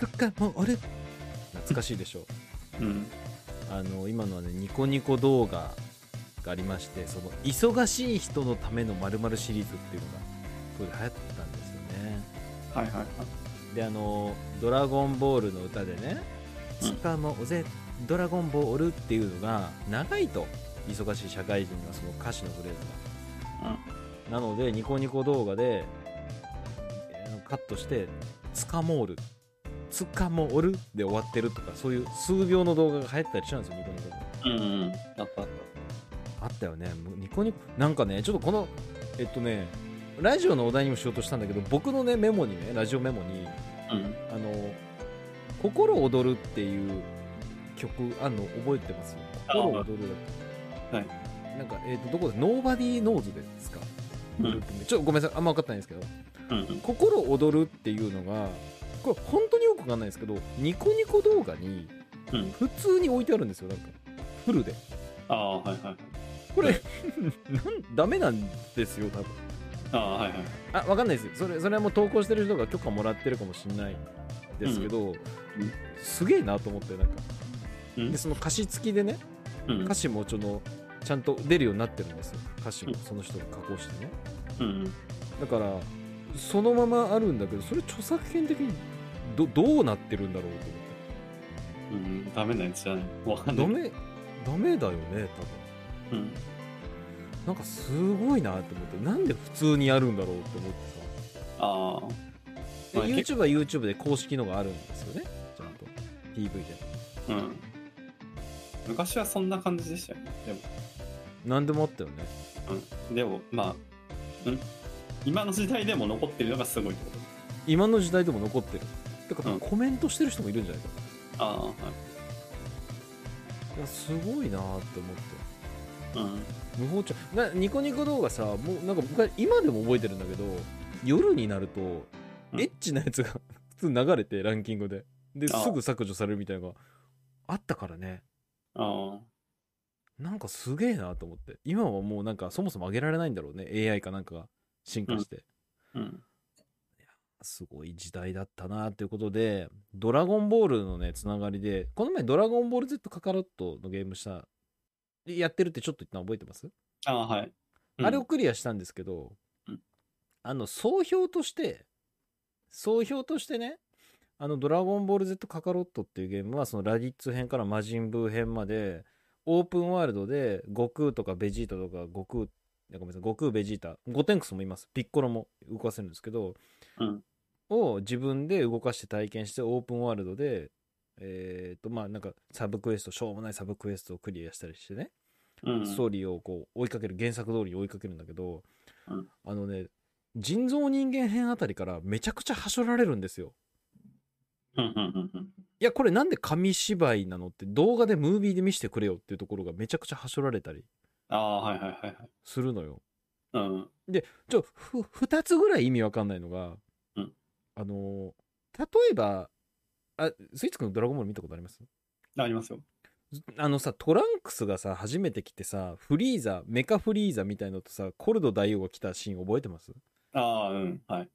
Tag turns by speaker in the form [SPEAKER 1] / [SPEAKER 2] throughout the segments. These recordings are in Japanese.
[SPEAKER 1] 夏かも俺懐かしいでしょ
[SPEAKER 2] うん。
[SPEAKER 1] あの今のはねニコニコ動画がありましてその忙しい人のためのまるシリーズっていうのが当時流行ったんですよね
[SPEAKER 2] はいはいはい。
[SPEAKER 1] であの「ドラゴンボール」の歌でね「
[SPEAKER 2] うん
[SPEAKER 1] つかもうぜドラゴンボール」っていうのが長いと忙しい社会人にはその歌詞のフレーズがなのでニコニコ動画でえーカットして「つかもうる」「つかもうる」で終わってるとかそういう数秒の動画が流行ったりしたんですよニコニコ動
[SPEAKER 2] うん。うんうん。あったあっ
[SPEAKER 1] 画あったよねもうニコニコなんかねちょっとこのえっとねラジオのお題にもしようとしたんだけど僕のねメモにねラジオメモに
[SPEAKER 2] た。うん。
[SPEAKER 1] 「あの心躍る」っていう曲あんの覚えてます
[SPEAKER 2] あ
[SPEAKER 1] 心躍るだ
[SPEAKER 2] は
[SPEAKER 1] っ
[SPEAKER 2] い
[SPEAKER 1] たなんかえっ、とどこで「ノーバディーノーズ」ですか、
[SPEAKER 2] うん
[SPEAKER 1] グループ名ちょっとごめんなさいあんま分かってないんですけど
[SPEAKER 2] うんうん。
[SPEAKER 1] 心躍るっていうのがこれ本当によくわかんないですけどニコニコ動画に
[SPEAKER 2] うん
[SPEAKER 1] 普通に置いてあるんですよなんかフルで
[SPEAKER 2] ああ、はいはいはい。
[SPEAKER 1] これなんダメなんですよ多分
[SPEAKER 2] ああ、はいはい。
[SPEAKER 1] あわかんないですそれそれはもう投稿してる人が許可もらってるかもしれないですけど、すげえなと思ってなんか
[SPEAKER 2] うん
[SPEAKER 1] でその歌詞付きでね
[SPEAKER 2] うん。
[SPEAKER 1] 歌詞もちょっとちゃんと出るようになってるんですよ歌詞もその人が加工してね
[SPEAKER 2] うん。
[SPEAKER 1] だからそのままあるんだけどそれ著作権的にどどうなってるんだろうと思って
[SPEAKER 2] うん。ダメなやつじゃない。わかんな
[SPEAKER 1] ダ
[SPEAKER 2] い。
[SPEAKER 1] メダメだよね多分
[SPEAKER 2] うん。
[SPEAKER 1] なんかすごいなって思ってなんで普通にやるんだろうって思って
[SPEAKER 2] ああ。
[SPEAKER 1] さ
[SPEAKER 2] まあ
[SPEAKER 1] で YouTube は YouTube で公式のがあるんですよねちゃんと PV で
[SPEAKER 2] うん。昔はそんな感じでしたよね。でも、
[SPEAKER 1] 何でもあったよね
[SPEAKER 2] うん。でも、まあ、うん。今の時代でも残ってるのがすごいってこと。
[SPEAKER 1] 今の時代でも残ってるだから、
[SPEAKER 2] うん
[SPEAKER 1] コメントしてる人もいるんじゃないかな
[SPEAKER 2] ああ、はい。
[SPEAKER 1] いやすごいなって思って
[SPEAKER 2] うん。
[SPEAKER 1] 無法ちゃんなニコニコ動画さもうなんか僕は今でも覚えてるんだけど夜になると、
[SPEAKER 2] ん
[SPEAKER 1] エッチなやつが 普通流れてランキングでで
[SPEAKER 2] あ
[SPEAKER 1] すぐ削除されるみたいなのがあったからね
[SPEAKER 2] あ
[SPEAKER 1] なんかすげえなと思って今はもうなんかそもそも上げられないんだろうね AI かなんかが進化して、
[SPEAKER 2] あ。うん。
[SPEAKER 1] すごい時代だったなということで「ドラゴンボール」のねつながりでこの前「ドラゴンボール Z カカロット」のゲームしたやってるってちょっと言ったの覚えてます、
[SPEAKER 2] ああ、はい。うん
[SPEAKER 1] あれをクリアしたんですけど、
[SPEAKER 2] うん
[SPEAKER 1] あの総評として総評としてねあの「ドラゴンボール Z カカロット」っていうゲームはそのラディッツ編から魔人ブー編までオープンワールドで悟空とかベジータとか悟空いやごめんなさい悟空ベジータゴテンクスもいますピッコロも動かせるんですけど、
[SPEAKER 2] うん
[SPEAKER 1] を自分で動かして体験してオープンワールドでえっとまあなんかサブクエストしょうもないサブクエストをクリアしたりしてね
[SPEAKER 2] うん。
[SPEAKER 1] ストーリーをこう追いかける原作通りに追いかけるんだけど、
[SPEAKER 2] うん
[SPEAKER 1] あのね人造人間編あたりからめちゃくちゃはしょられるんですよ
[SPEAKER 2] うんうんうん
[SPEAKER 1] いやこれなんで紙芝居なのって動画でムービーで見せてくれよっていうところがめちゃくちゃはしょられたり
[SPEAKER 2] ああ、はいはいはい
[SPEAKER 1] するのよ
[SPEAKER 2] はい。うん。
[SPEAKER 1] ちょふ2つぐらい意味わかんないのが、
[SPEAKER 2] うん
[SPEAKER 1] あの例えばあスイーツくんドラゴンボール見たことあります
[SPEAKER 2] ありますよ。
[SPEAKER 1] あのさトランクスがさ初めて来てさフリーザメカフリーザみたいのとさコルド大王が来たシーン覚えてます
[SPEAKER 2] ああ、うん。はい。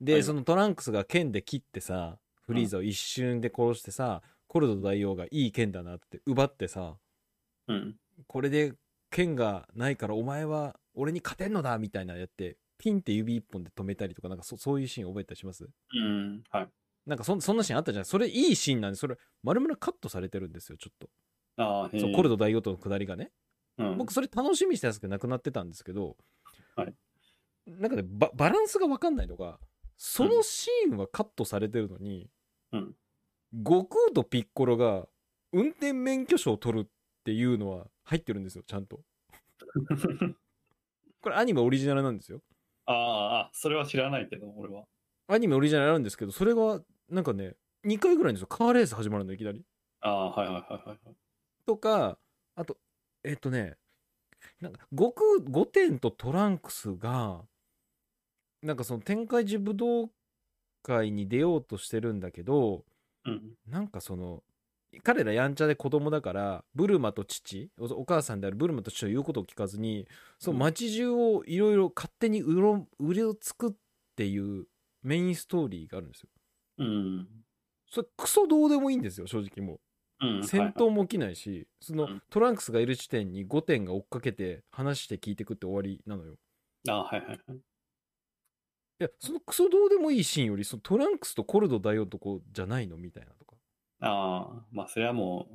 [SPEAKER 1] で、
[SPEAKER 2] はい
[SPEAKER 1] そのトランクスが剣で切ってさフリーザを一瞬で殺してさ、コルド大王がいい剣だなって奪ってさ
[SPEAKER 2] うん。
[SPEAKER 1] これで剣がないからお前は俺に勝てんのだみたいなやってピンって指一本で止めたりとかなんかそそういうシーン覚えたりします
[SPEAKER 2] うん。はい。
[SPEAKER 1] なんかそんそんなシーンあったじゃんそれいいシーンなんでそれ丸々カットされてるんですよちょっ
[SPEAKER 2] ああ、
[SPEAKER 1] と
[SPEAKER 2] へ
[SPEAKER 1] そう
[SPEAKER 2] え
[SPEAKER 1] コルド大王との下りがね
[SPEAKER 2] うん。
[SPEAKER 1] 僕それ楽しみにしてたんですけどなくなってたんですけど、
[SPEAKER 2] はい
[SPEAKER 1] なんかねババランスが分かんないのがそのシーンはカットされてるのに、
[SPEAKER 2] うん
[SPEAKER 1] 悟空とピッコロが運転免許証を取るっていうのは入ってるんですよちゃんと これアニメオリジナルなんですよ
[SPEAKER 2] ああ、あそれは知らないけど、俺は。
[SPEAKER 1] アニメオリジナルあるんですけどそれがなんかね2回ぐらいですよカーレース始まるのいきなり
[SPEAKER 2] ああ、はいはいはいはいはい。
[SPEAKER 1] とかあとえっ、とねなんか悟空五点とトランクスがなんかその天界寺武道会に出ようとしてるんだけど
[SPEAKER 2] うん。
[SPEAKER 1] なんかその彼らやんちゃで子供だからブルマと父おお母さんであるブルマと父の言うことを聞かずにその街中をいろいろ勝手にうろうろつくっていうメインストーリーがあるんですよ。
[SPEAKER 2] うん。
[SPEAKER 1] それクソどうでもいいんですよ正直も
[SPEAKER 2] うん
[SPEAKER 1] う戦闘も起きないしそうの
[SPEAKER 2] ん
[SPEAKER 1] トランクスがいる地点に5点が追っかけて話して聞いてくって終わりなのよ
[SPEAKER 2] はいはいあはいはいはい
[SPEAKER 1] いやそのクソどうでもいいシーンよりそのトランクスとコルド大男じゃないのみたいなとか
[SPEAKER 2] ああまあそれはもう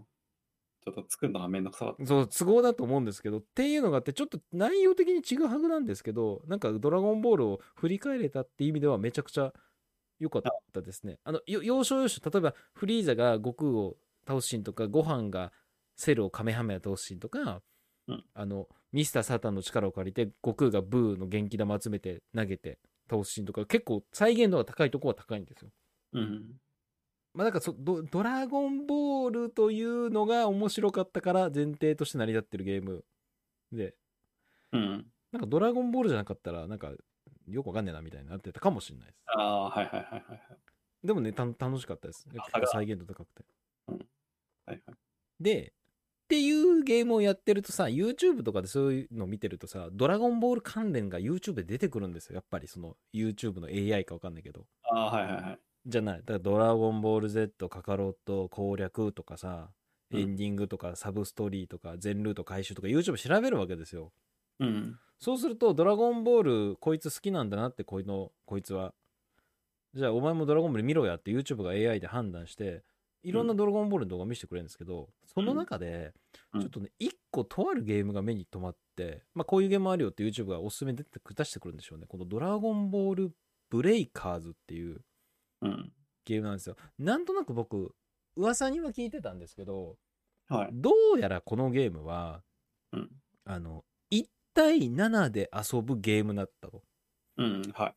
[SPEAKER 2] ちょっと作るのがめんどくさかった
[SPEAKER 1] そう都合だと思うんですけどっていうのがあってちょっと内容的にちぐはぐなんですけどなんか「ドラゴンボール」を振り返れたっていう意味ではめちゃくちゃ良かったですね。あのよ要所要所例えばフリーザが悟空を倒すシーンとかご飯がセルをカメハメハ倒すシーンとか、
[SPEAKER 2] うん
[SPEAKER 1] あのミスターサタンの力を借りて悟空がブーの元気玉集めて投げて倒すシーンとか結構再現度が高いとこは高いんですよ。
[SPEAKER 2] うん
[SPEAKER 1] まあ、なんかそドドラゴンボールというのが面白かったから前提として成り立ってるゲームで
[SPEAKER 2] うん
[SPEAKER 1] なんかドラゴンボールじゃなかったらなんかよくわかんねえなみたいになってたかもしれないです
[SPEAKER 2] ああはいはいはいはいはい
[SPEAKER 1] でもねた楽しかったです
[SPEAKER 2] あだから
[SPEAKER 1] 再現度高くて
[SPEAKER 2] はいはい
[SPEAKER 1] でっていうゲームをやってるとさ YouTube とかでそういうの見てるとさドラゴンボール関連が YouTube で出てくるんですよやっぱりその YouTube の AI かわかんないけど
[SPEAKER 2] ああはいはいはい
[SPEAKER 1] じゃない。だからドラゴンボール Z、カカロット、攻略とかさ、
[SPEAKER 2] うん
[SPEAKER 1] エンディングとか、サブストーリーとか、全ルート回収とか、YouTube 調べるわけですよ。
[SPEAKER 2] うん
[SPEAKER 1] そうすると、ドラゴンボール、こいつ好きなんだなって、こいの、こいつは。じゃあ、お前もドラゴンボール見ろやって YouTube が AI で判断して、いろんなドラゴンボールの動画見せてくれるんですけど、その中で、
[SPEAKER 2] うん
[SPEAKER 1] ちょっとね、一個とあるゲームが目に留まって、まあ、こういうゲームあるよって YouTube がおすすめで出してくるんでしょうね。このドラゴンボールブレイカーズっていう、
[SPEAKER 2] うん
[SPEAKER 1] ゲームなんですよなんとなく僕噂には聞いてたんですけど
[SPEAKER 2] はい
[SPEAKER 1] どうやらこのゲームは
[SPEAKER 2] うん
[SPEAKER 1] あの1対7で遊ぶゲームだったと
[SPEAKER 2] うんはい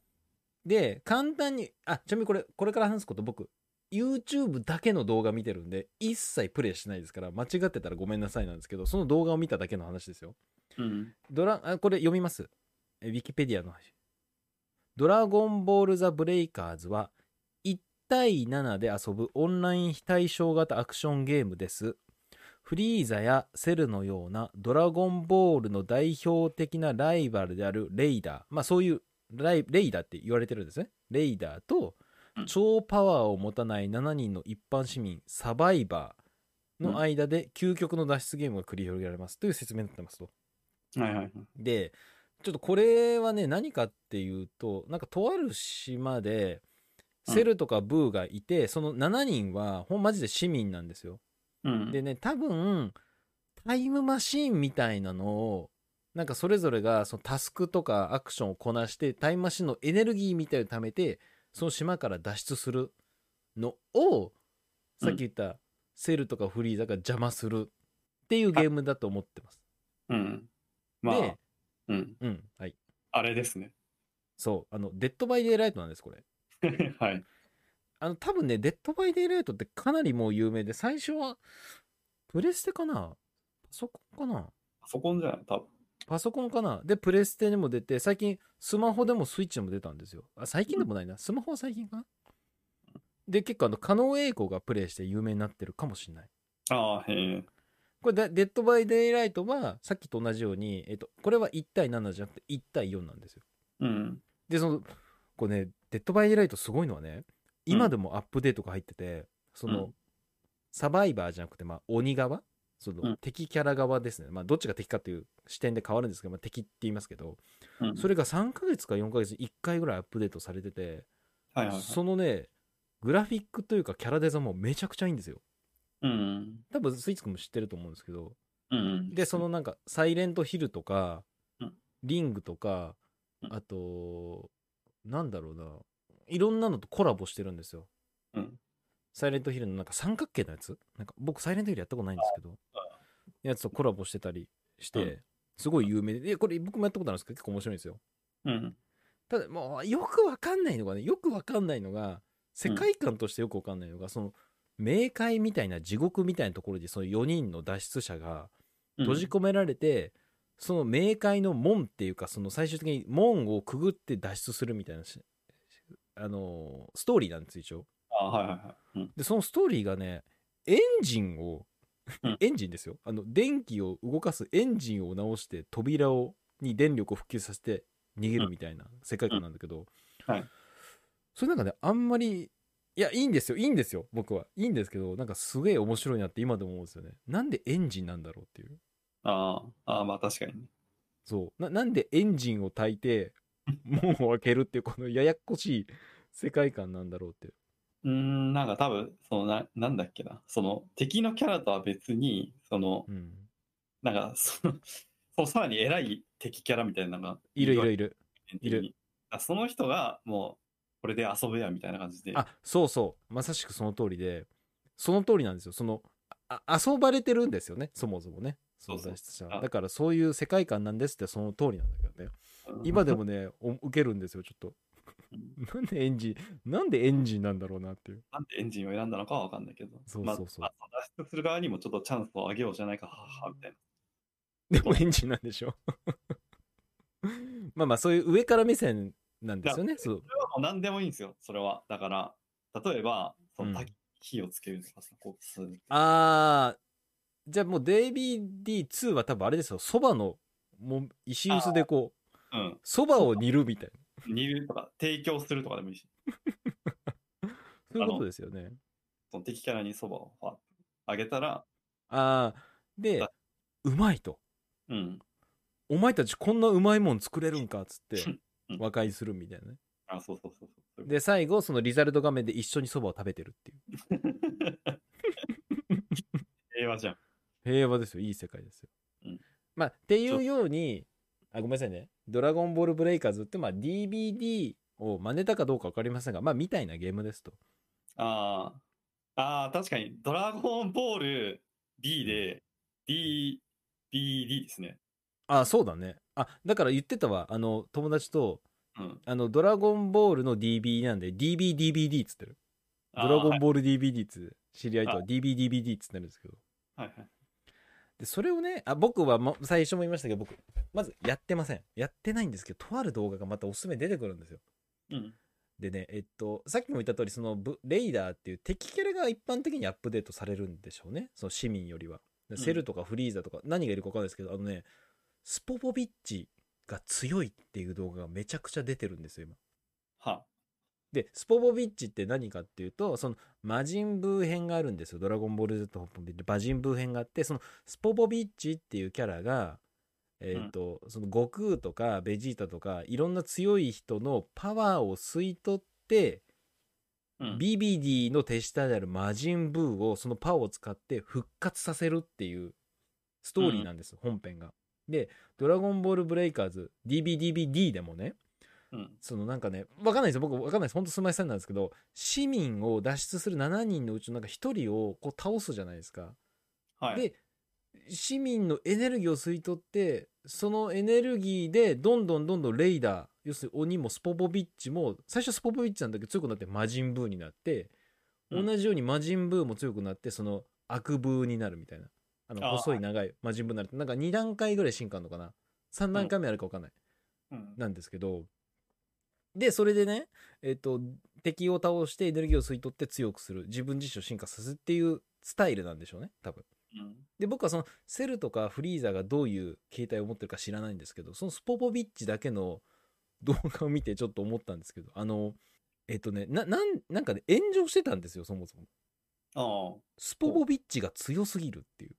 [SPEAKER 1] で簡単にあちなみにこれこれから話すこと僕 YouTube だけの動画見てるんで一切プレイしてないですから間違ってたらごめんなさいなんですけどその動画を見ただけの話ですよ
[SPEAKER 2] うん
[SPEAKER 1] ドラあこれ読みますえウィキペディアのドラゴンボール・ザ・ブレイカーズは1対7で遊ぶオンライン非対称型アクションゲームですフリーザやセルのようなドラゴンボールの代表的なライバルであるレイダーまあそういうライレイダーって言われてるんですねレイダーと
[SPEAKER 2] うん
[SPEAKER 1] 超パワーを持たない7人の一般市民サバイバーの間で究極の脱出ゲームが繰り広げられますという説明になってますと
[SPEAKER 2] はいはいはい
[SPEAKER 1] でちょっとこれはね何かっていうとなんかとある島で
[SPEAKER 2] うん
[SPEAKER 1] セルとかブーがいて、その7人はほんマジで市民なんですよ。
[SPEAKER 2] うん
[SPEAKER 1] でね多分タイムマシーンみたいなのをなんかそれぞれがそのタスクとかアクションをこなしてタイムマシーンのエネルギーみたいを貯めてその島から脱出するのをさっき言ったセルとかフリーザが邪魔するっていうゲームだと思ってます。
[SPEAKER 2] うんまあ
[SPEAKER 1] で
[SPEAKER 2] うん
[SPEAKER 1] うん、はい
[SPEAKER 2] あれですね
[SPEAKER 1] そう、あの、デッドバイデイライトなんです、これ。
[SPEAKER 2] はい
[SPEAKER 1] あの、多分ね、デッドバイデイライトってかなりもう有名で、最初は、プレステかなパソコンかな
[SPEAKER 2] パソコンじゃない多分
[SPEAKER 1] パソコンかなで、プレステにも出て、最近、スマホでもスイッチでも出たんですよ。あ、最近でもないな。スマホは最近かなで、結構、あの、加納英孝がプレイして有名になってるかもしれない。
[SPEAKER 2] ああへえ
[SPEAKER 1] これで、デッドバイデイライトは、さっきと同じように、えっと、これは1対7じゃなくて1対4なんですよ。
[SPEAKER 2] うん
[SPEAKER 1] でそのこうね「デッド・バイ・デイライト」すごいのはね今でもアップデートが入ってて、その、
[SPEAKER 2] うん
[SPEAKER 1] サバイバーじゃなくて、まあ、鬼側その、
[SPEAKER 2] うん
[SPEAKER 1] 敵キャラ側ですね、まあ、どっちが敵かっていう視点で変わるんですけど、まあ、敵って言いますけど
[SPEAKER 2] うん
[SPEAKER 1] それが3ヶ月か4ヶ月に1回ぐらいアップデートされてて、
[SPEAKER 2] はいはいはい
[SPEAKER 1] そのねグラフィックというかキャラデザもめちゃくちゃいいんですよ
[SPEAKER 2] うん
[SPEAKER 1] 多分スイーツ君も知ってると思うんですけど
[SPEAKER 2] うん
[SPEAKER 1] でそのなんか「サイレントヒル」とか
[SPEAKER 2] うん
[SPEAKER 1] 「リング」とか
[SPEAKER 2] うん
[SPEAKER 1] あとなんだろうないろんなのとコラボしてるんですよ
[SPEAKER 2] うん
[SPEAKER 1] サイレントヒルのなんか三角形のやつなんか僕サイレントヒルやったことないんですけどやつとコラボしてたりし
[SPEAKER 2] う
[SPEAKER 1] てすごい有名でいやこれ僕もやったことあるんですけど結構面白いんですよ
[SPEAKER 2] うん
[SPEAKER 1] ただもうよくわかんないのがねよくわかんないのが世界観としてよくわかんないのがその冥界みたいな地獄みたいなところにその4人の脱出者が
[SPEAKER 2] うん
[SPEAKER 1] 閉じ込められて、その冥界の門っていうかその最終的に門をくぐって脱出するみたいなしあのーストーリーなんです一応
[SPEAKER 2] あはいはいはいうん
[SPEAKER 1] でそのストーリーがねエンジンを、
[SPEAKER 2] うん
[SPEAKER 1] エンジンですよあの電気を動かすエンジンを直して扉をに電力を普及させて逃げるみたいな世界観なんだけど、
[SPEAKER 2] うんはい
[SPEAKER 1] それなんかねあんまりいやいいんですよいいんですよ僕はいいんですけどなんかすげえ面白いなって今でも思うんですよねなんでエンジンなんだろうっていう
[SPEAKER 2] あーあー、まあ確かにね。
[SPEAKER 1] そうななんでエンジンを焚いて門を開けるっていうこのややこしい世界観なんだろうって
[SPEAKER 2] うーん、なんか多分、そのな、なんだっけな。その、敵のキャラとは別に、その、
[SPEAKER 1] うん
[SPEAKER 2] なんか、その、そうさらに偉い敵キャラみたいなのが
[SPEAKER 1] いるい
[SPEAKER 2] わけ
[SPEAKER 1] るいるいる
[SPEAKER 2] いる。あその人がもう、これで遊べやみたいな感じで。
[SPEAKER 1] あそうそうまさしくその通りでその通りなんですよそのああ遊ばれてるんですよねそもそもね
[SPEAKER 2] そうそう
[SPEAKER 1] 存在した
[SPEAKER 2] あ
[SPEAKER 1] だからそういう世界観なんですってその通りなんだけどね
[SPEAKER 2] うん
[SPEAKER 1] 今でもねお受けるんですよちょっとなんでエンジンなんでエンジンなんだろうなっていう
[SPEAKER 2] なんでエンジンを選んだのかは分かんないけど。
[SPEAKER 1] そうそうそう
[SPEAKER 2] まあ、まあ脱出する側にもちょっとチャンスをあげようじゃないか、はははみたい
[SPEAKER 1] でもエンジンなんでしょ まあまあそういう上から目線なんですよねそう
[SPEAKER 2] な。それはもう何でもいいんですよ、それは。だから、例えば、そ
[SPEAKER 1] うん
[SPEAKER 2] の、焚き火をつけるとかさ、こう、する
[SPEAKER 1] あーじゃあもう DBD2 は多分あれですよそばのもう石臼でこう
[SPEAKER 2] うん。
[SPEAKER 1] そばを煮るみたいな
[SPEAKER 2] 煮るとか、提供するとかでもいいし、
[SPEAKER 1] そういうことですよね
[SPEAKER 2] その敵キャラにそばをファッとあげたら、
[SPEAKER 1] ああで
[SPEAKER 2] あ
[SPEAKER 1] うまいと
[SPEAKER 2] うん。
[SPEAKER 1] お前たちこんなうまいもん作れるんかっつって
[SPEAKER 2] うん
[SPEAKER 1] 和解するみたいなね
[SPEAKER 2] あ、そうそうそうそう。
[SPEAKER 1] で最後そのリザルト画面で一緒にそばを食べてるっていう
[SPEAKER 2] 平和じゃん。
[SPEAKER 1] 平和ですよいい世界ですよ、
[SPEAKER 2] うん
[SPEAKER 1] まあっていうようにあごめんなさいね「ドラゴンボールブレイカーズ」ってまあ DVD を真似たかどうか分かりませんがまあみたいなゲームですと
[SPEAKER 2] ああ。ああ、確かに、ドラゴンボール B で、D、BD ですね。
[SPEAKER 1] あそうだねあだから言ってたわあの友達と
[SPEAKER 2] うん。
[SPEAKER 1] あの「ドラゴンボール」の DB なんで DBDBD っつってるドラゴン
[SPEAKER 2] ボ
[SPEAKER 1] ボール DVD っつ知り合いとは DBDBD っつってるんですけど
[SPEAKER 2] ール。はいはい。
[SPEAKER 1] でそれをねあ僕はもう最初も言いましたけど僕まずやってませんやってないんですけどとある動画がまたおすすめに出てくるんですよ
[SPEAKER 2] うん。
[SPEAKER 1] でね、えっと、さっきも言った通り、そのブレイダーっていう敵キャラが一般的にアップデートされるんでしょうね。その市民よりは。で
[SPEAKER 2] ん
[SPEAKER 1] セルとかフリーザとか、何がいるか分かんないですけど、あのね、スポポビッチが強いっていう動画がめちゃくちゃ出てるんですよ、今。
[SPEAKER 2] は。
[SPEAKER 1] で、スポポビッチって何かっていうと、その、魔人ブー編があるんですよ。ドラゴンボール Z ホップで魔人ブー編があって、その、スポポビッチっていうキャラが、えっ、と、その、悟空とかベジータとか、いろんな強い人のパワーを吸い取って、
[SPEAKER 2] うん。
[SPEAKER 1] BBD の手下である魔人ブーをそのパワーを使って復活させるっていうストーリーなんです、本編が。で「ドラゴンボールブレイカーズ DBDBD」でもね
[SPEAKER 2] うん。
[SPEAKER 1] そのなんかねわかんないですよ僕わかんないですほんとすみませんなんですけど市民を脱出する7人のうちのなんか1人をこう倒すじゃないですか。
[SPEAKER 2] はい。
[SPEAKER 1] で市民のエネルギーを吸い取ってそのエネルギーでどんどんどんどんレイダー要するに鬼もスポポビッチも最初スポポビッチなんだけど強くなって魔人ブーになって
[SPEAKER 2] うん
[SPEAKER 1] 同じように魔人ブーも強くなってその悪ブーになるみたいなあの
[SPEAKER 2] あー
[SPEAKER 1] 細い長い魔人ブーになるなんか2段階ぐらい進化あるのかな3段階目あるか分かんない
[SPEAKER 2] うん
[SPEAKER 1] なんですけどでそれでね、えっと敵を倒してエネルギーを吸い取って強くする自分自身を進化させるっていうスタイルなんでしょうね多分。
[SPEAKER 2] うん。
[SPEAKER 1] で僕はそのセルとかフリーザがどういう携帯を持ってるか知らないんですけどそのスポポビッチだけの動画を見てちょっと思ったんですけどあのえっとねななんなんかね炎上してたんですよそもそも
[SPEAKER 2] ああ。は
[SPEAKER 1] スポポビッチが強すぎるっていう
[SPEAKER 2] い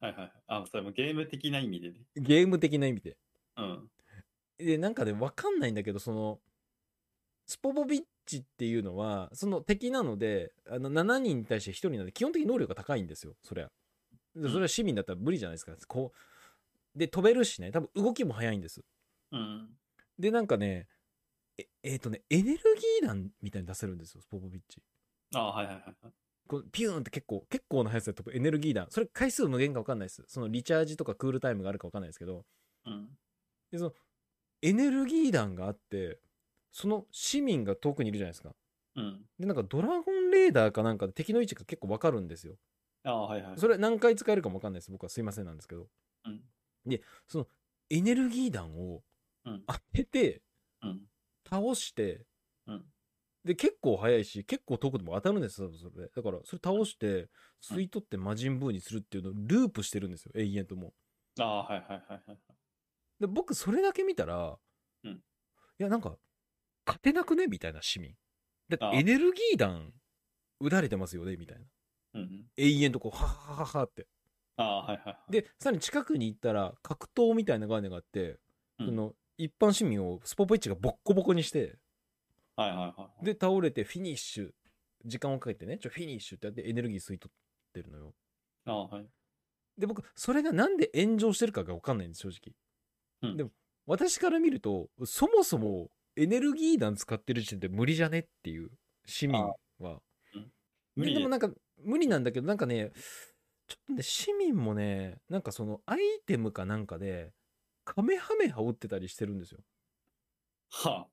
[SPEAKER 2] はいはい。あ、それもゲーム的な意味でね。
[SPEAKER 1] ゲーム的な意味で
[SPEAKER 2] うん。
[SPEAKER 1] でなんかね分かんないんだけどそのスポポビッチっていうのはその敵なのであの7人に対して1人なので基本的に能力が高いんですよそりゃで
[SPEAKER 2] うん
[SPEAKER 1] それは市民だったら無理じゃないですかこうで飛べるしね多分動きも速いんです
[SPEAKER 2] うん。
[SPEAKER 1] でなんかねええーとねエネルギー弾みたいに出せるんですよスポポビッチ
[SPEAKER 2] ああ、はいはいはいはい。
[SPEAKER 1] こうピューンって結構結構な速さで飛ぶエネルギー弾それ回数無限か分かんないですそのリチャージとかクールタイムがあるか分かんないですけど
[SPEAKER 2] うん。
[SPEAKER 1] でそのエネルギー弾があってその市民が遠くにいるじゃないですか
[SPEAKER 2] うん。
[SPEAKER 1] でなんかドラゴンレーダーかなんかで敵の位置が結構分かるんですよ
[SPEAKER 2] ああ、はいはい。
[SPEAKER 1] それ何回使えるかも分かんないです僕はすいませんなんですけど
[SPEAKER 2] うん。
[SPEAKER 1] そのエネルギー弾を
[SPEAKER 2] うん
[SPEAKER 1] 当てて
[SPEAKER 2] うん。
[SPEAKER 1] 倒して
[SPEAKER 2] うん。
[SPEAKER 1] で結構速いし結構遠くでも当たるんですよそれでだからそれ倒して吸い取って魔人ブーにするっていうのをループしてるんですよ永遠とも
[SPEAKER 2] ああ、はいはいはいはい。
[SPEAKER 1] で僕それだけ見たら、
[SPEAKER 2] うん
[SPEAKER 1] いやなんか勝てなくねみたいな市民だ
[SPEAKER 2] あ
[SPEAKER 1] エネルギー弾撃たれてますよねみたいな
[SPEAKER 2] うんうん。
[SPEAKER 1] 永遠とこうはははははって
[SPEAKER 2] ああ、はいはいはい。
[SPEAKER 1] でさらに近くに行ったら格闘みたいな概念があって、
[SPEAKER 2] うん
[SPEAKER 1] その一般市民をスポポイッチがボッコボコにして
[SPEAKER 2] はいはいはい。
[SPEAKER 1] で倒れてフィニッシュ時間をかけてねちょフィニッシュってやってエネルギー吸い取ってるのよ
[SPEAKER 2] ああ、はい。
[SPEAKER 1] で僕それがなんで炎上してるかが分かんないんです正直、
[SPEAKER 2] うん
[SPEAKER 1] でも私から見るとそもそもエネルギー弾使ってる時点で無理じゃねっていう市民は
[SPEAKER 2] 無理
[SPEAKER 1] でも
[SPEAKER 2] で。
[SPEAKER 1] なんか無理なんだけどなんかねちょっとね市民もねなんかそのアイテムかなんかでカメハメハ折ってたりしてるんですよ
[SPEAKER 2] は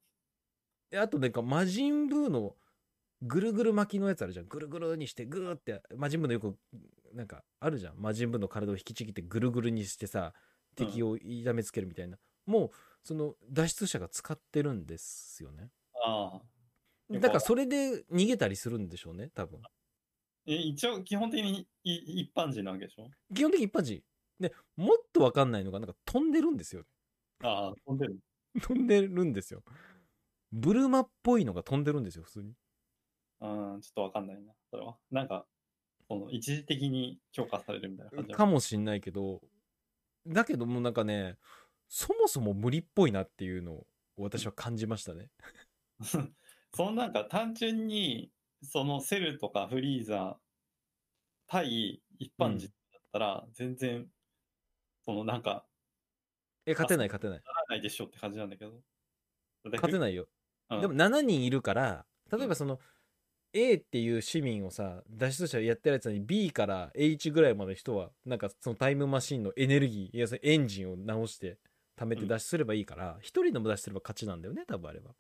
[SPEAKER 1] であとなんか魔人ブーのぐるぐる巻きのやつあるじゃんぐるぐるにしてグーって魔人ブーのよくなんかあるじゃん魔人ブーの体を引きちぎってぐるぐるにしてさ
[SPEAKER 2] うん
[SPEAKER 1] 敵を痛めつけるみたいな、もうその脱出者が使ってるんですよね
[SPEAKER 2] あ。ああ。やっ
[SPEAKER 1] だ
[SPEAKER 2] ぱ
[SPEAKER 1] からそれで逃げたりするんでしょうね多分
[SPEAKER 2] え、一応、基本的にい一般人なわけでしょ
[SPEAKER 1] 基本的に一般人でもっと分かんないのがなんか飛んでるんですよ
[SPEAKER 2] ああ、飛んでる。
[SPEAKER 1] 飛んでるんですよブルマっぽいのが飛んでるんですよ普通に
[SPEAKER 2] うん、ちょっとわかんないな、それは。なんか、この一時的に強化されるみたいな感じなの
[SPEAKER 1] かもしんないけどだけどもうなんかねそもそも無理っぽいなっていうのを私は感じましたね、
[SPEAKER 2] そのなんか単純に、そのセルとかフリーザー対一般人だったら、全然、そのなんか、
[SPEAKER 1] え勝てない勝てない
[SPEAKER 2] ならないでしょって感じなんだけど。
[SPEAKER 1] 勝て
[SPEAKER 2] い。
[SPEAKER 1] ないよ、
[SPEAKER 2] うん、
[SPEAKER 1] でも7人いるから例え
[SPEAKER 2] う
[SPEAKER 1] ば
[SPEAKER 2] ん
[SPEAKER 1] その A っていう市民をさ脱出者やってるやつに B から H ぐらいまでの人はなんかそのタイムマシンのエネルギーいやそのエンジンを直して貯めて脱出すればいいから一、人でも脱出すれば勝ちなんだよね多分あれは、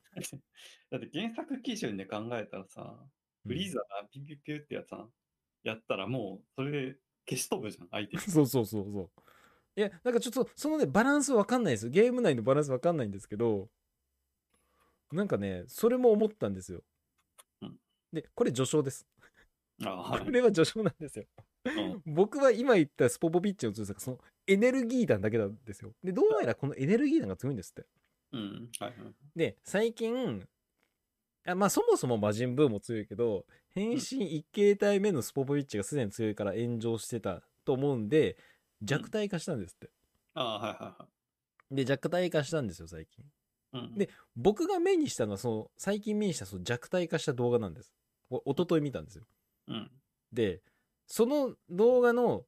[SPEAKER 2] だって原作基準で考えたらさ、
[SPEAKER 1] うん
[SPEAKER 2] フリーザーがピュピュピュってやつさ、やったらもう、それで消し飛ぶじゃん、 相手。
[SPEAKER 1] そうそうそうそう。いや、なんかちょっと、そのね、バランスわかんないです。ゲーム内のバランスわかんないんですけど、なんかね、それも思ったんですよ
[SPEAKER 2] うん。
[SPEAKER 1] で、これ序章です。
[SPEAKER 2] ああ、
[SPEAKER 1] こ
[SPEAKER 2] はい。
[SPEAKER 1] れは序章なんですよ。
[SPEAKER 2] うん
[SPEAKER 1] 僕は今言ったスポポビッチの強さが、そのエネルギー弾だけなんですよ。で、どうやらこのエネルギー弾が強いんですって。
[SPEAKER 2] うん、はいはい。
[SPEAKER 1] で、最近、あまあそもそも魔人ブーも強いけど、変身一形態目のスポポビッチがすでに強いから炎上してたと思うんで、弱体化したんですって。
[SPEAKER 2] ああ、はいは
[SPEAKER 1] で、弱体化したんですよ、最近。
[SPEAKER 2] いはい。うん、
[SPEAKER 1] で僕が目にしたのは、その、最近目にしたその弱体化した動画なんです。これ一昨日見たんですよ。
[SPEAKER 2] うん。
[SPEAKER 1] で、その動画の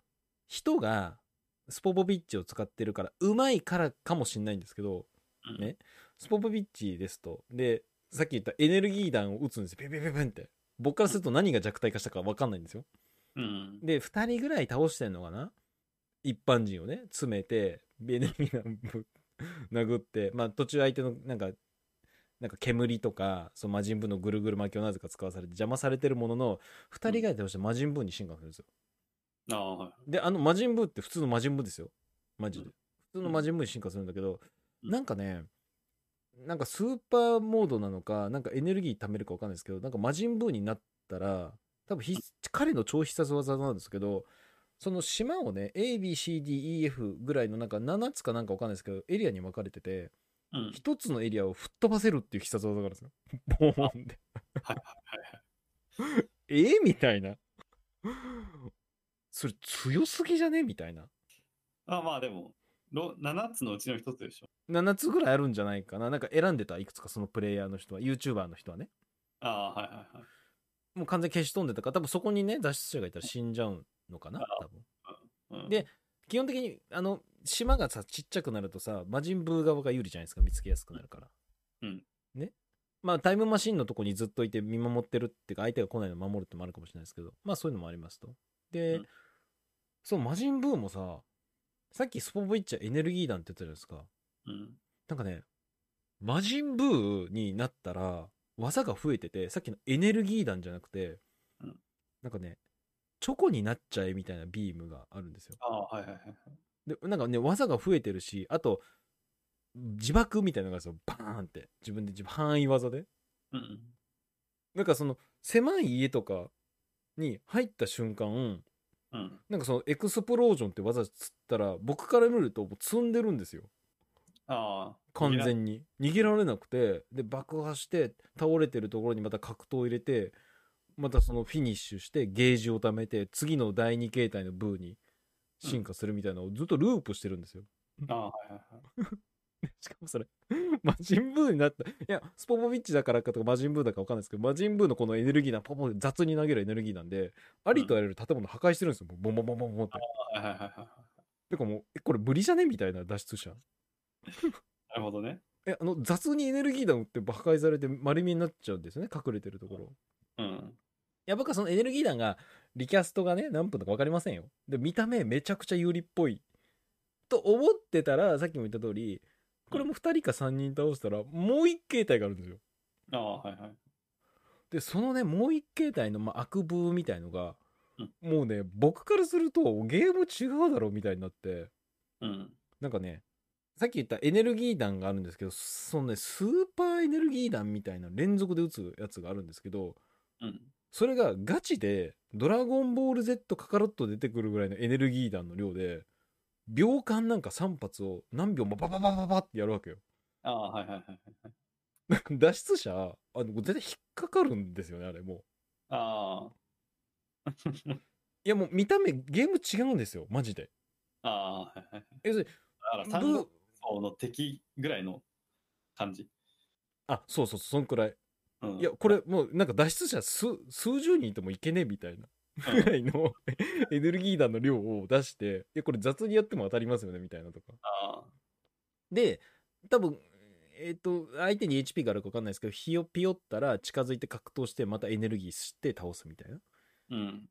[SPEAKER 1] 人が、スポポビッチを使ってるから、うまいからかもしんないんですけど、
[SPEAKER 2] うん
[SPEAKER 1] ねスポポビッチですと、で、さっき言ったエネルギー弾を打つんですよ。ペペペペンって。僕からすると何が弱体化したかわかんないんですよ。
[SPEAKER 2] うん。
[SPEAKER 1] で、2人ぐらい倒してんのかな一般人をね、詰めて、ベネミナンぶ殴って、まあ途中相手のなんか、なんか煙とか、その魔人ブーのぐるぐる巻きをなぜか使わされて邪魔されてるものの、2人ぐらい倒して魔人ブーに進化するんですよ。
[SPEAKER 2] ああ、はい。
[SPEAKER 1] で、あの魔人ブーって普通の魔人ブーですよ。マジで
[SPEAKER 2] う。
[SPEAKER 1] 普通の魔人ブーに進化するんだけど、
[SPEAKER 2] うん
[SPEAKER 1] なんかね、なんかスーパーモードなのか、なんかエネルギー貯めるかわかんないですけど、なんか魔人ブーになったら、多分必彼の超必殺技なんですけど、その島をね、A, B, C, D, E, F ぐらいのなんか7つかなんかわかんないですけど、エリアに分かれてて、
[SPEAKER 2] うん。
[SPEAKER 1] 1つのエリアを吹っ飛ばせるっていう必殺技があるんですよ。ボーンって。
[SPEAKER 2] はいはい
[SPEAKER 1] えーみたいな。それ強すぎじゃねみたいな。
[SPEAKER 2] あまあでも、ろ7つのうちの1つでしょ。
[SPEAKER 1] 7つぐらいあるんじゃないかな。なんか選んでた、いくつかそのプレイヤーの人は、YouTuber の人はね。
[SPEAKER 2] ああ、はいはいはい。
[SPEAKER 1] もう完全に消し飛んでたから、多分そこにね、脱出者がいたら死んじゃうのかな、多分。
[SPEAKER 2] うん、
[SPEAKER 1] で基本的に、あの、島がさ、ちっちゃくなるとさ、魔人ブー側が有利じゃないですか、見つけやすくなるから。
[SPEAKER 2] うん。
[SPEAKER 1] ね。まあ、タイムマシンのとこにずっといて見守ってるっていうか、相手が来ないのを守るってのもあるかもしれないですけど、まあそういうのもありますと。で、
[SPEAKER 2] うん
[SPEAKER 1] そう、魔人ブーもさ、さっきスポボイッチャーエネルギー弾って言ったじゃないですか。
[SPEAKER 2] うん、
[SPEAKER 1] なんかね、魔人ブーになったら、技が増えてて、さっきのエネルギー弾じゃなくて、
[SPEAKER 2] うん
[SPEAKER 1] なんかね、チョコになっちゃえみたいなビームがあるんですよ。
[SPEAKER 2] ああ、はいはいはい。
[SPEAKER 1] で、なんかね、技が増えてるし、あと、自爆みたいなのがさ、バーンって、自分で自範囲技で。
[SPEAKER 2] うん、
[SPEAKER 1] なんかその、狭い家とかに入った瞬間、
[SPEAKER 2] うん。
[SPEAKER 1] なんかそのエクスプロージョンって技つったら、僕から見るともう積んでるんですよ。
[SPEAKER 2] ああ。
[SPEAKER 1] 完全に逃げられなくてで爆破して倒れてるところにまた格闘を入れてまたそのフィニッシュしてゲージを貯めて次の第2形態のブーに進化するみたいなのをずっとループしてるんですよ。
[SPEAKER 2] ああ、はいはいはい。
[SPEAKER 1] しかもそれ 魔人ブーになったいやスポポビッチだからかとか魔人ブーだかわかんないですけど魔人ブーのこのエネルギーなポポ雑に投げるエネルギーなんでありとあらゆる建物破壊してるんですよボンボンボンボンボンって。
[SPEAKER 2] はいはいはいはい。
[SPEAKER 1] てかもうえこれ無理じゃねみたいな脱出者。
[SPEAKER 2] なるほどね。
[SPEAKER 1] えあの雑にエネルギー弾打って破壊されて丸見えになっちゃうんですよね隠れてるところ。
[SPEAKER 2] うん。
[SPEAKER 1] いや僕はそのエネルギー弾がリキャストがね何分とか分かりませんよで見た目めちゃくちゃ有利っぽいと思ってたらさっきも言った通りこれも2人か3人倒したらもう1形態があるんですよ
[SPEAKER 2] ああ、はいはい。
[SPEAKER 1] でそのねもう1形態の、まあ、悪風みたいのが
[SPEAKER 2] うん
[SPEAKER 1] もうね僕からするとゲーム違うだろみたいになって
[SPEAKER 2] うん。
[SPEAKER 1] なんかねさっき言ったエネルギー弾があるんですけどそのねスーパーエネルギー弾みたいな連続で撃つやつがあるんですけど
[SPEAKER 2] うん。
[SPEAKER 1] それがガチで、ドラゴンボール Z カカロット出てくるぐらいのエネルギー弾の量で、秒間なんか3発を何秒もババババババってやるわけよ。
[SPEAKER 2] ああ、はいはいはいはい。
[SPEAKER 1] 脱出者、あの絶対引っかかるんですよね、あれもう。
[SPEAKER 2] あ
[SPEAKER 1] いやもう見た目ゲーム違うんですよ、マジで。
[SPEAKER 2] あ。ああ、はいはいはい。
[SPEAKER 1] え、それ
[SPEAKER 2] だから、三
[SPEAKER 1] ブー
[SPEAKER 2] 国層の敵ぐらいの感じ。
[SPEAKER 1] あ、そうそうそう、そんくらい。
[SPEAKER 2] うん。
[SPEAKER 1] いや、これもうなんか脱出者数、数十人いてもいけねえみたいな。ぐらいの エネルギー弾の量を出して、いや、これ雑にやっても当たりますよね、みたいなとか。
[SPEAKER 2] あ
[SPEAKER 1] で多分えっ、と相手に HP があるか分かんないですけどひよピヨったら近づいて格闘してまたエネルギー吸って倒すみたいな
[SPEAKER 2] あ。うん。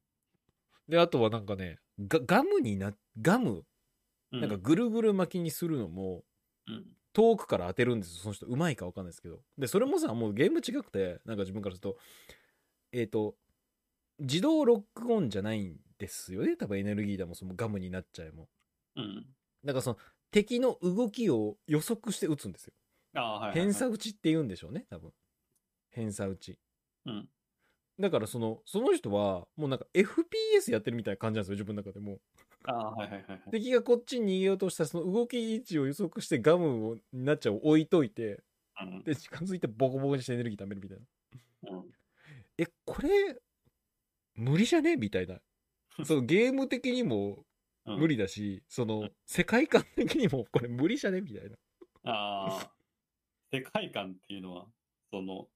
[SPEAKER 1] であとはなんかねガガムになガム
[SPEAKER 2] う
[SPEAKER 1] なんか、ぐるぐる巻きにするのも、
[SPEAKER 2] うん。
[SPEAKER 1] 遠くから当てるんですよその人うまいか分かんないですけどでそれもさもうゲーム違くてなんか自分からするとえっ、と自動ロックオンじゃないんですよね多分エネルギーだもそのガムになっちゃえも
[SPEAKER 2] うん。
[SPEAKER 1] だからその敵の動きを予測して撃つんですよ
[SPEAKER 2] ああ、はいはいはい。
[SPEAKER 1] 偏差打ちって言うんでしょうね多分偏差打ち
[SPEAKER 2] うん。
[SPEAKER 1] だからそのその人はもうなんか FPS やってるみたいな感じなんですよ自分の中でも
[SPEAKER 2] ああ、はいはいはいはい。
[SPEAKER 1] 敵がこっちに逃げようとしたその動き位置を予測してガムをになっちゃうを置いといて
[SPEAKER 2] うん。
[SPEAKER 1] で近づいてボコボコにしてエネルギー貯めるみたいな
[SPEAKER 2] うん
[SPEAKER 1] えこれ無理じゃねみた いなそのゲーム的にも
[SPEAKER 2] うん
[SPEAKER 1] 無理だし、その世界観的にもこれ無理じゃねみたいな
[SPEAKER 2] ああ。世界観っていうのは、その、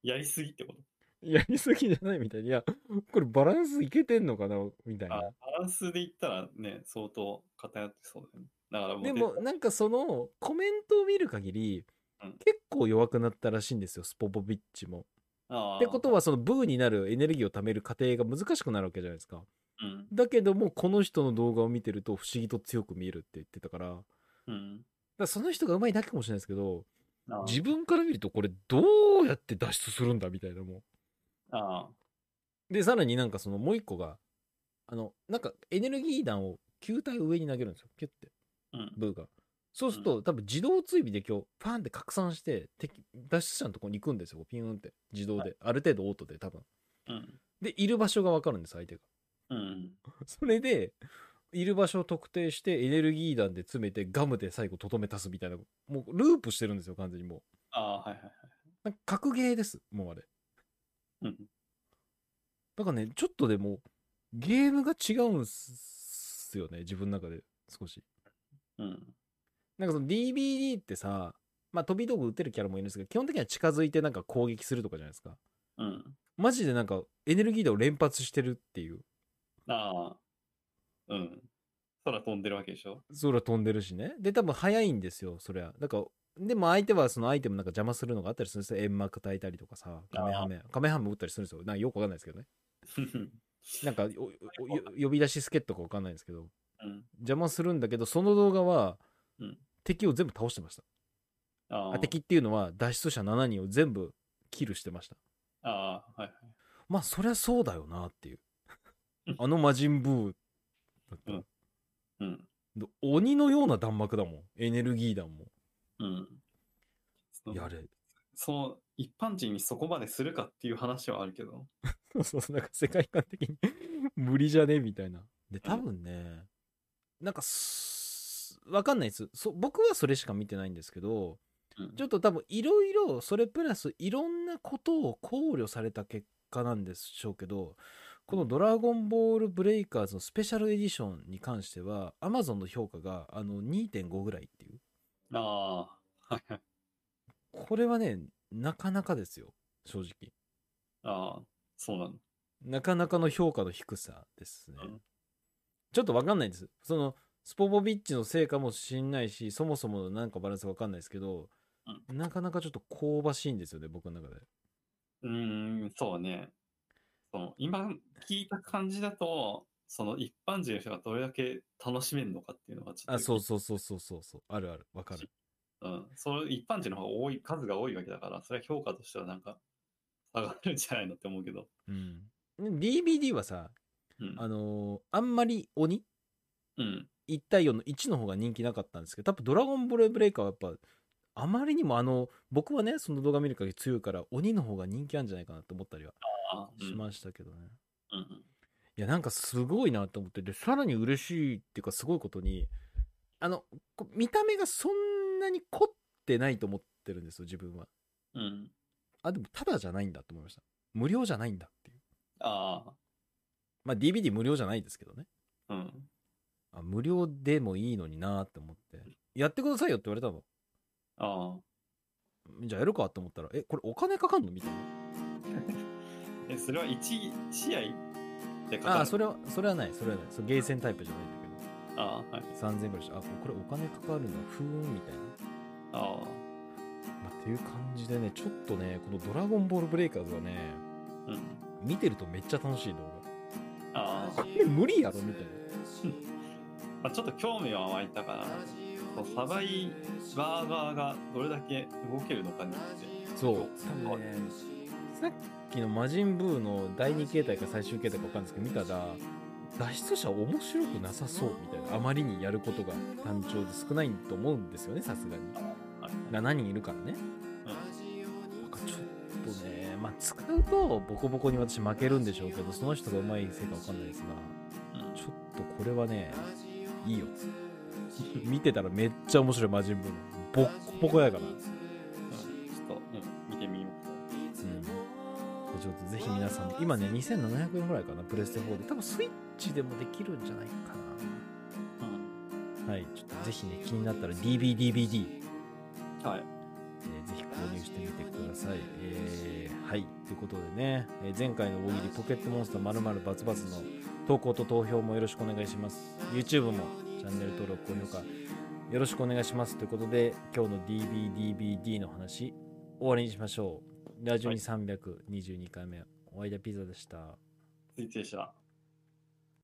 [SPEAKER 2] やりすぎってこと
[SPEAKER 1] やりすぎじゃないみたいないやこれバランスいけてんのかなみたい
[SPEAKER 2] あ
[SPEAKER 1] な
[SPEAKER 2] バランスで言ったらね、相当偏ってそうだよね。だからもう
[SPEAKER 1] でも、なんかそのコメントを見る限り、
[SPEAKER 2] うん
[SPEAKER 1] 結構弱くなったらしいんですよスポポビッチも。
[SPEAKER 2] ああ
[SPEAKER 1] ってことはそのブーになるエネルギーを貯める過程が難しくなるわけじゃないですか。
[SPEAKER 2] うん。
[SPEAKER 1] だけどもこの人の動画を見てると不思議と強く見えるって言ってたから。だか
[SPEAKER 2] うん。
[SPEAKER 1] らその人が上手いだけかもしれないですけど
[SPEAKER 2] ああ
[SPEAKER 1] 自分から見るとこれどうやって脱出するんだみたいなも
[SPEAKER 2] あ
[SPEAKER 1] んでさらになんかそのもう一個があのなんかエネルギー弾を球体上に投げるんですよキュッて
[SPEAKER 2] あ。うん。
[SPEAKER 1] ブーが。そうすると、多分自動追尾で今日、パーンって拡散して、敵、脱出者のとこに行くんですよ、ピューンって。自動で。ある程度オートで、多分。
[SPEAKER 2] うん。
[SPEAKER 1] で、いる場所がわかるんです、相手が。
[SPEAKER 2] うん。
[SPEAKER 1] それで、いる場所を特定して、エネルギー弾で詰めて、ガムで最後とどめ足すみたいな、もうループしてるんですよ、完全にもう。
[SPEAKER 2] ああ、はいはいはい。
[SPEAKER 1] なんか格ゲーです、もうあれ。
[SPEAKER 2] うん。
[SPEAKER 1] だからね、ちょっとでも、ゲームが違うんすよね、自分の中で、少し。
[SPEAKER 2] うん。
[SPEAKER 1] なんかその DBD ってさ、まあ飛び道具打てるキャラもいるんですけど、基本的には近づいてなんか攻撃するとかじゃないですか。
[SPEAKER 2] うん。
[SPEAKER 1] マジでなんかエネルギー弾を連発してるっていう。
[SPEAKER 2] ああ。うん。空飛んでるわけでしょ
[SPEAKER 1] 空飛んでるしね。で、多分早いんですよ、そりゃ。だから、でも相手はそのアイテムなんか邪魔するのがあったりするんですよ。煙幕焚いたりとかさ、カメハメ。カメハメ打ったりするんですよ。なんかよくわかんないですけどね。なんかおおよ呼び出し助っ人かわかんないんですけど。
[SPEAKER 2] うん。
[SPEAKER 1] 邪魔するんだけど、その動画は
[SPEAKER 2] うん
[SPEAKER 1] 敵を全部倒してました。
[SPEAKER 2] あ
[SPEAKER 1] あ敵っていうのは脱出者7人を全部キルしてました。
[SPEAKER 2] ああ、はいはい。
[SPEAKER 1] まあそりゃそうだよな っていうあの魔人ブーだったら
[SPEAKER 2] うん。
[SPEAKER 1] で鬼のような弾幕だもんエネルギー弾も
[SPEAKER 2] うん。そ
[SPEAKER 1] や
[SPEAKER 2] の
[SPEAKER 1] れ
[SPEAKER 2] その一般人にそこまでするかっていう話はあるけど。
[SPEAKER 1] そうそうなんか世界観的 に無理じゃねみたいなで多分ね、なんかすわかんないですそ僕はそれしか見てないんですけど
[SPEAKER 2] うん
[SPEAKER 1] ちょっと多分いろいろそれプラスいろんなことを考慮された結果なんでしょうけどこの「ドラゴンボールブレイカーズ」のスペシャルエディションに関しては Amazon の評価があの2.5ぐらいっていう
[SPEAKER 2] ああ、はいはい。
[SPEAKER 1] これはねなかなかですよ正直
[SPEAKER 2] ああ、そうなの。
[SPEAKER 1] なかなかの評価の低さですね
[SPEAKER 2] うん
[SPEAKER 1] ちょっとわかんないですそのスポボビッチのせいかもしんないしそもそものなんかバランスわかんないですけどなかなかちょっと香ばしいんですよね僕の中で
[SPEAKER 2] うーん、そうね。その今聞いた感じだと、その一般人の人がどれだけ楽しめるのかっていうのがちょっと。
[SPEAKER 1] あそうそうそうそうそうそうあるあるわかる
[SPEAKER 2] うん、その一般人の方が多い、数が多いわけだから、それは評価としてはなんか、下がるんじゃないのって思うけど。
[SPEAKER 1] うん、DVD はさ、
[SPEAKER 2] うん。
[SPEAKER 1] あのーあんまり鬼
[SPEAKER 2] うん。
[SPEAKER 1] 1対4の1の方が人気なかったんですけど多分ドラゴンボールブレイカーはやっぱあまりにもあの僕はねその動画見る限り強いから鬼の方が人気あるんじゃないかなと思ったりは
[SPEAKER 2] あうん
[SPEAKER 1] しましたけどね、
[SPEAKER 2] うん
[SPEAKER 1] いやなんかすごいなと思ってでさらに嬉しいっていうかすごいことにあのこ見た目がそんなに凝ってないと思ってるんですよ自分は
[SPEAKER 2] うん。うん。
[SPEAKER 1] あでもただじゃないんだと思いました無料じゃないんだっていう
[SPEAKER 2] あ
[SPEAKER 1] まあ DVD 無料じゃないですけどね
[SPEAKER 2] あ、うん。
[SPEAKER 1] あ無料でもいいのになーって思ってやってくださいよって言われたの
[SPEAKER 2] ああ。
[SPEAKER 1] じゃあやるかって思ったらえこれお金かかんのみたい
[SPEAKER 2] え、それは1試合で
[SPEAKER 1] なあ
[SPEAKER 2] か
[SPEAKER 1] あそ
[SPEAKER 2] れ
[SPEAKER 1] れはそれはないそれはないそれゲーセンタイプじゃないんだ
[SPEAKER 2] ああ、はい。
[SPEAKER 1] けど3000円ぐらいしてあこれお金かかるんだふーんみたいな
[SPEAKER 2] あ
[SPEAKER 1] まあ、っていう感じでねちょっとねこの「ドラゴンボールブレイカーズ」はね
[SPEAKER 2] あ、うん。
[SPEAKER 1] 見てるとめっちゃ楽しい動
[SPEAKER 2] あ
[SPEAKER 1] 画これ無理やろみたいな
[SPEAKER 2] あ、まあ、ちょっと興味は湧いたから、こうサバイバーガーがどれだけ動けるのかによって。
[SPEAKER 1] そう多分ねさっきの「魔人ブー」の第2形態か最終形態か分かんないですけど見たら脱出者面白くなさそうみたいなあまりにやることが単調で少ないと思うんですよねさすがに
[SPEAKER 2] はい
[SPEAKER 1] 7人いるからねなんかちょっとねまあ使うとボコボコに私負けるんでしょうけどその人がうまいせいか分かんないですが
[SPEAKER 2] うん
[SPEAKER 1] ちょっとこれはね、いいよ。 見てたらめっちゃ面白い、魔人ブーの。ボッコボコやから。うん。
[SPEAKER 2] うんちょっと、うん、見てみよう。
[SPEAKER 1] ちょっとぜひ皆さんも、今ね、2700円ぐらいかな、プレステ4で。多分スイッチでもできるんじゃないか
[SPEAKER 2] うん。
[SPEAKER 1] な。はい、ちょっとぜひね、気になったら DBDBD、
[SPEAKER 2] は
[SPEAKER 1] え
[SPEAKER 2] い。
[SPEAKER 1] ーぜひ購入してみてください。えーはい、ということでね、えー前回の大喜利ポケットモンスター〇〇バツバツの投稿と投票もよろしくお願いします。YouTube もチャンネル登録、高評価よろしくお願いします。ということで、今日の DBDBD の話、終わりにしましょう。ラジオに322回目、お相手はピザでした。
[SPEAKER 2] ツイッチでした。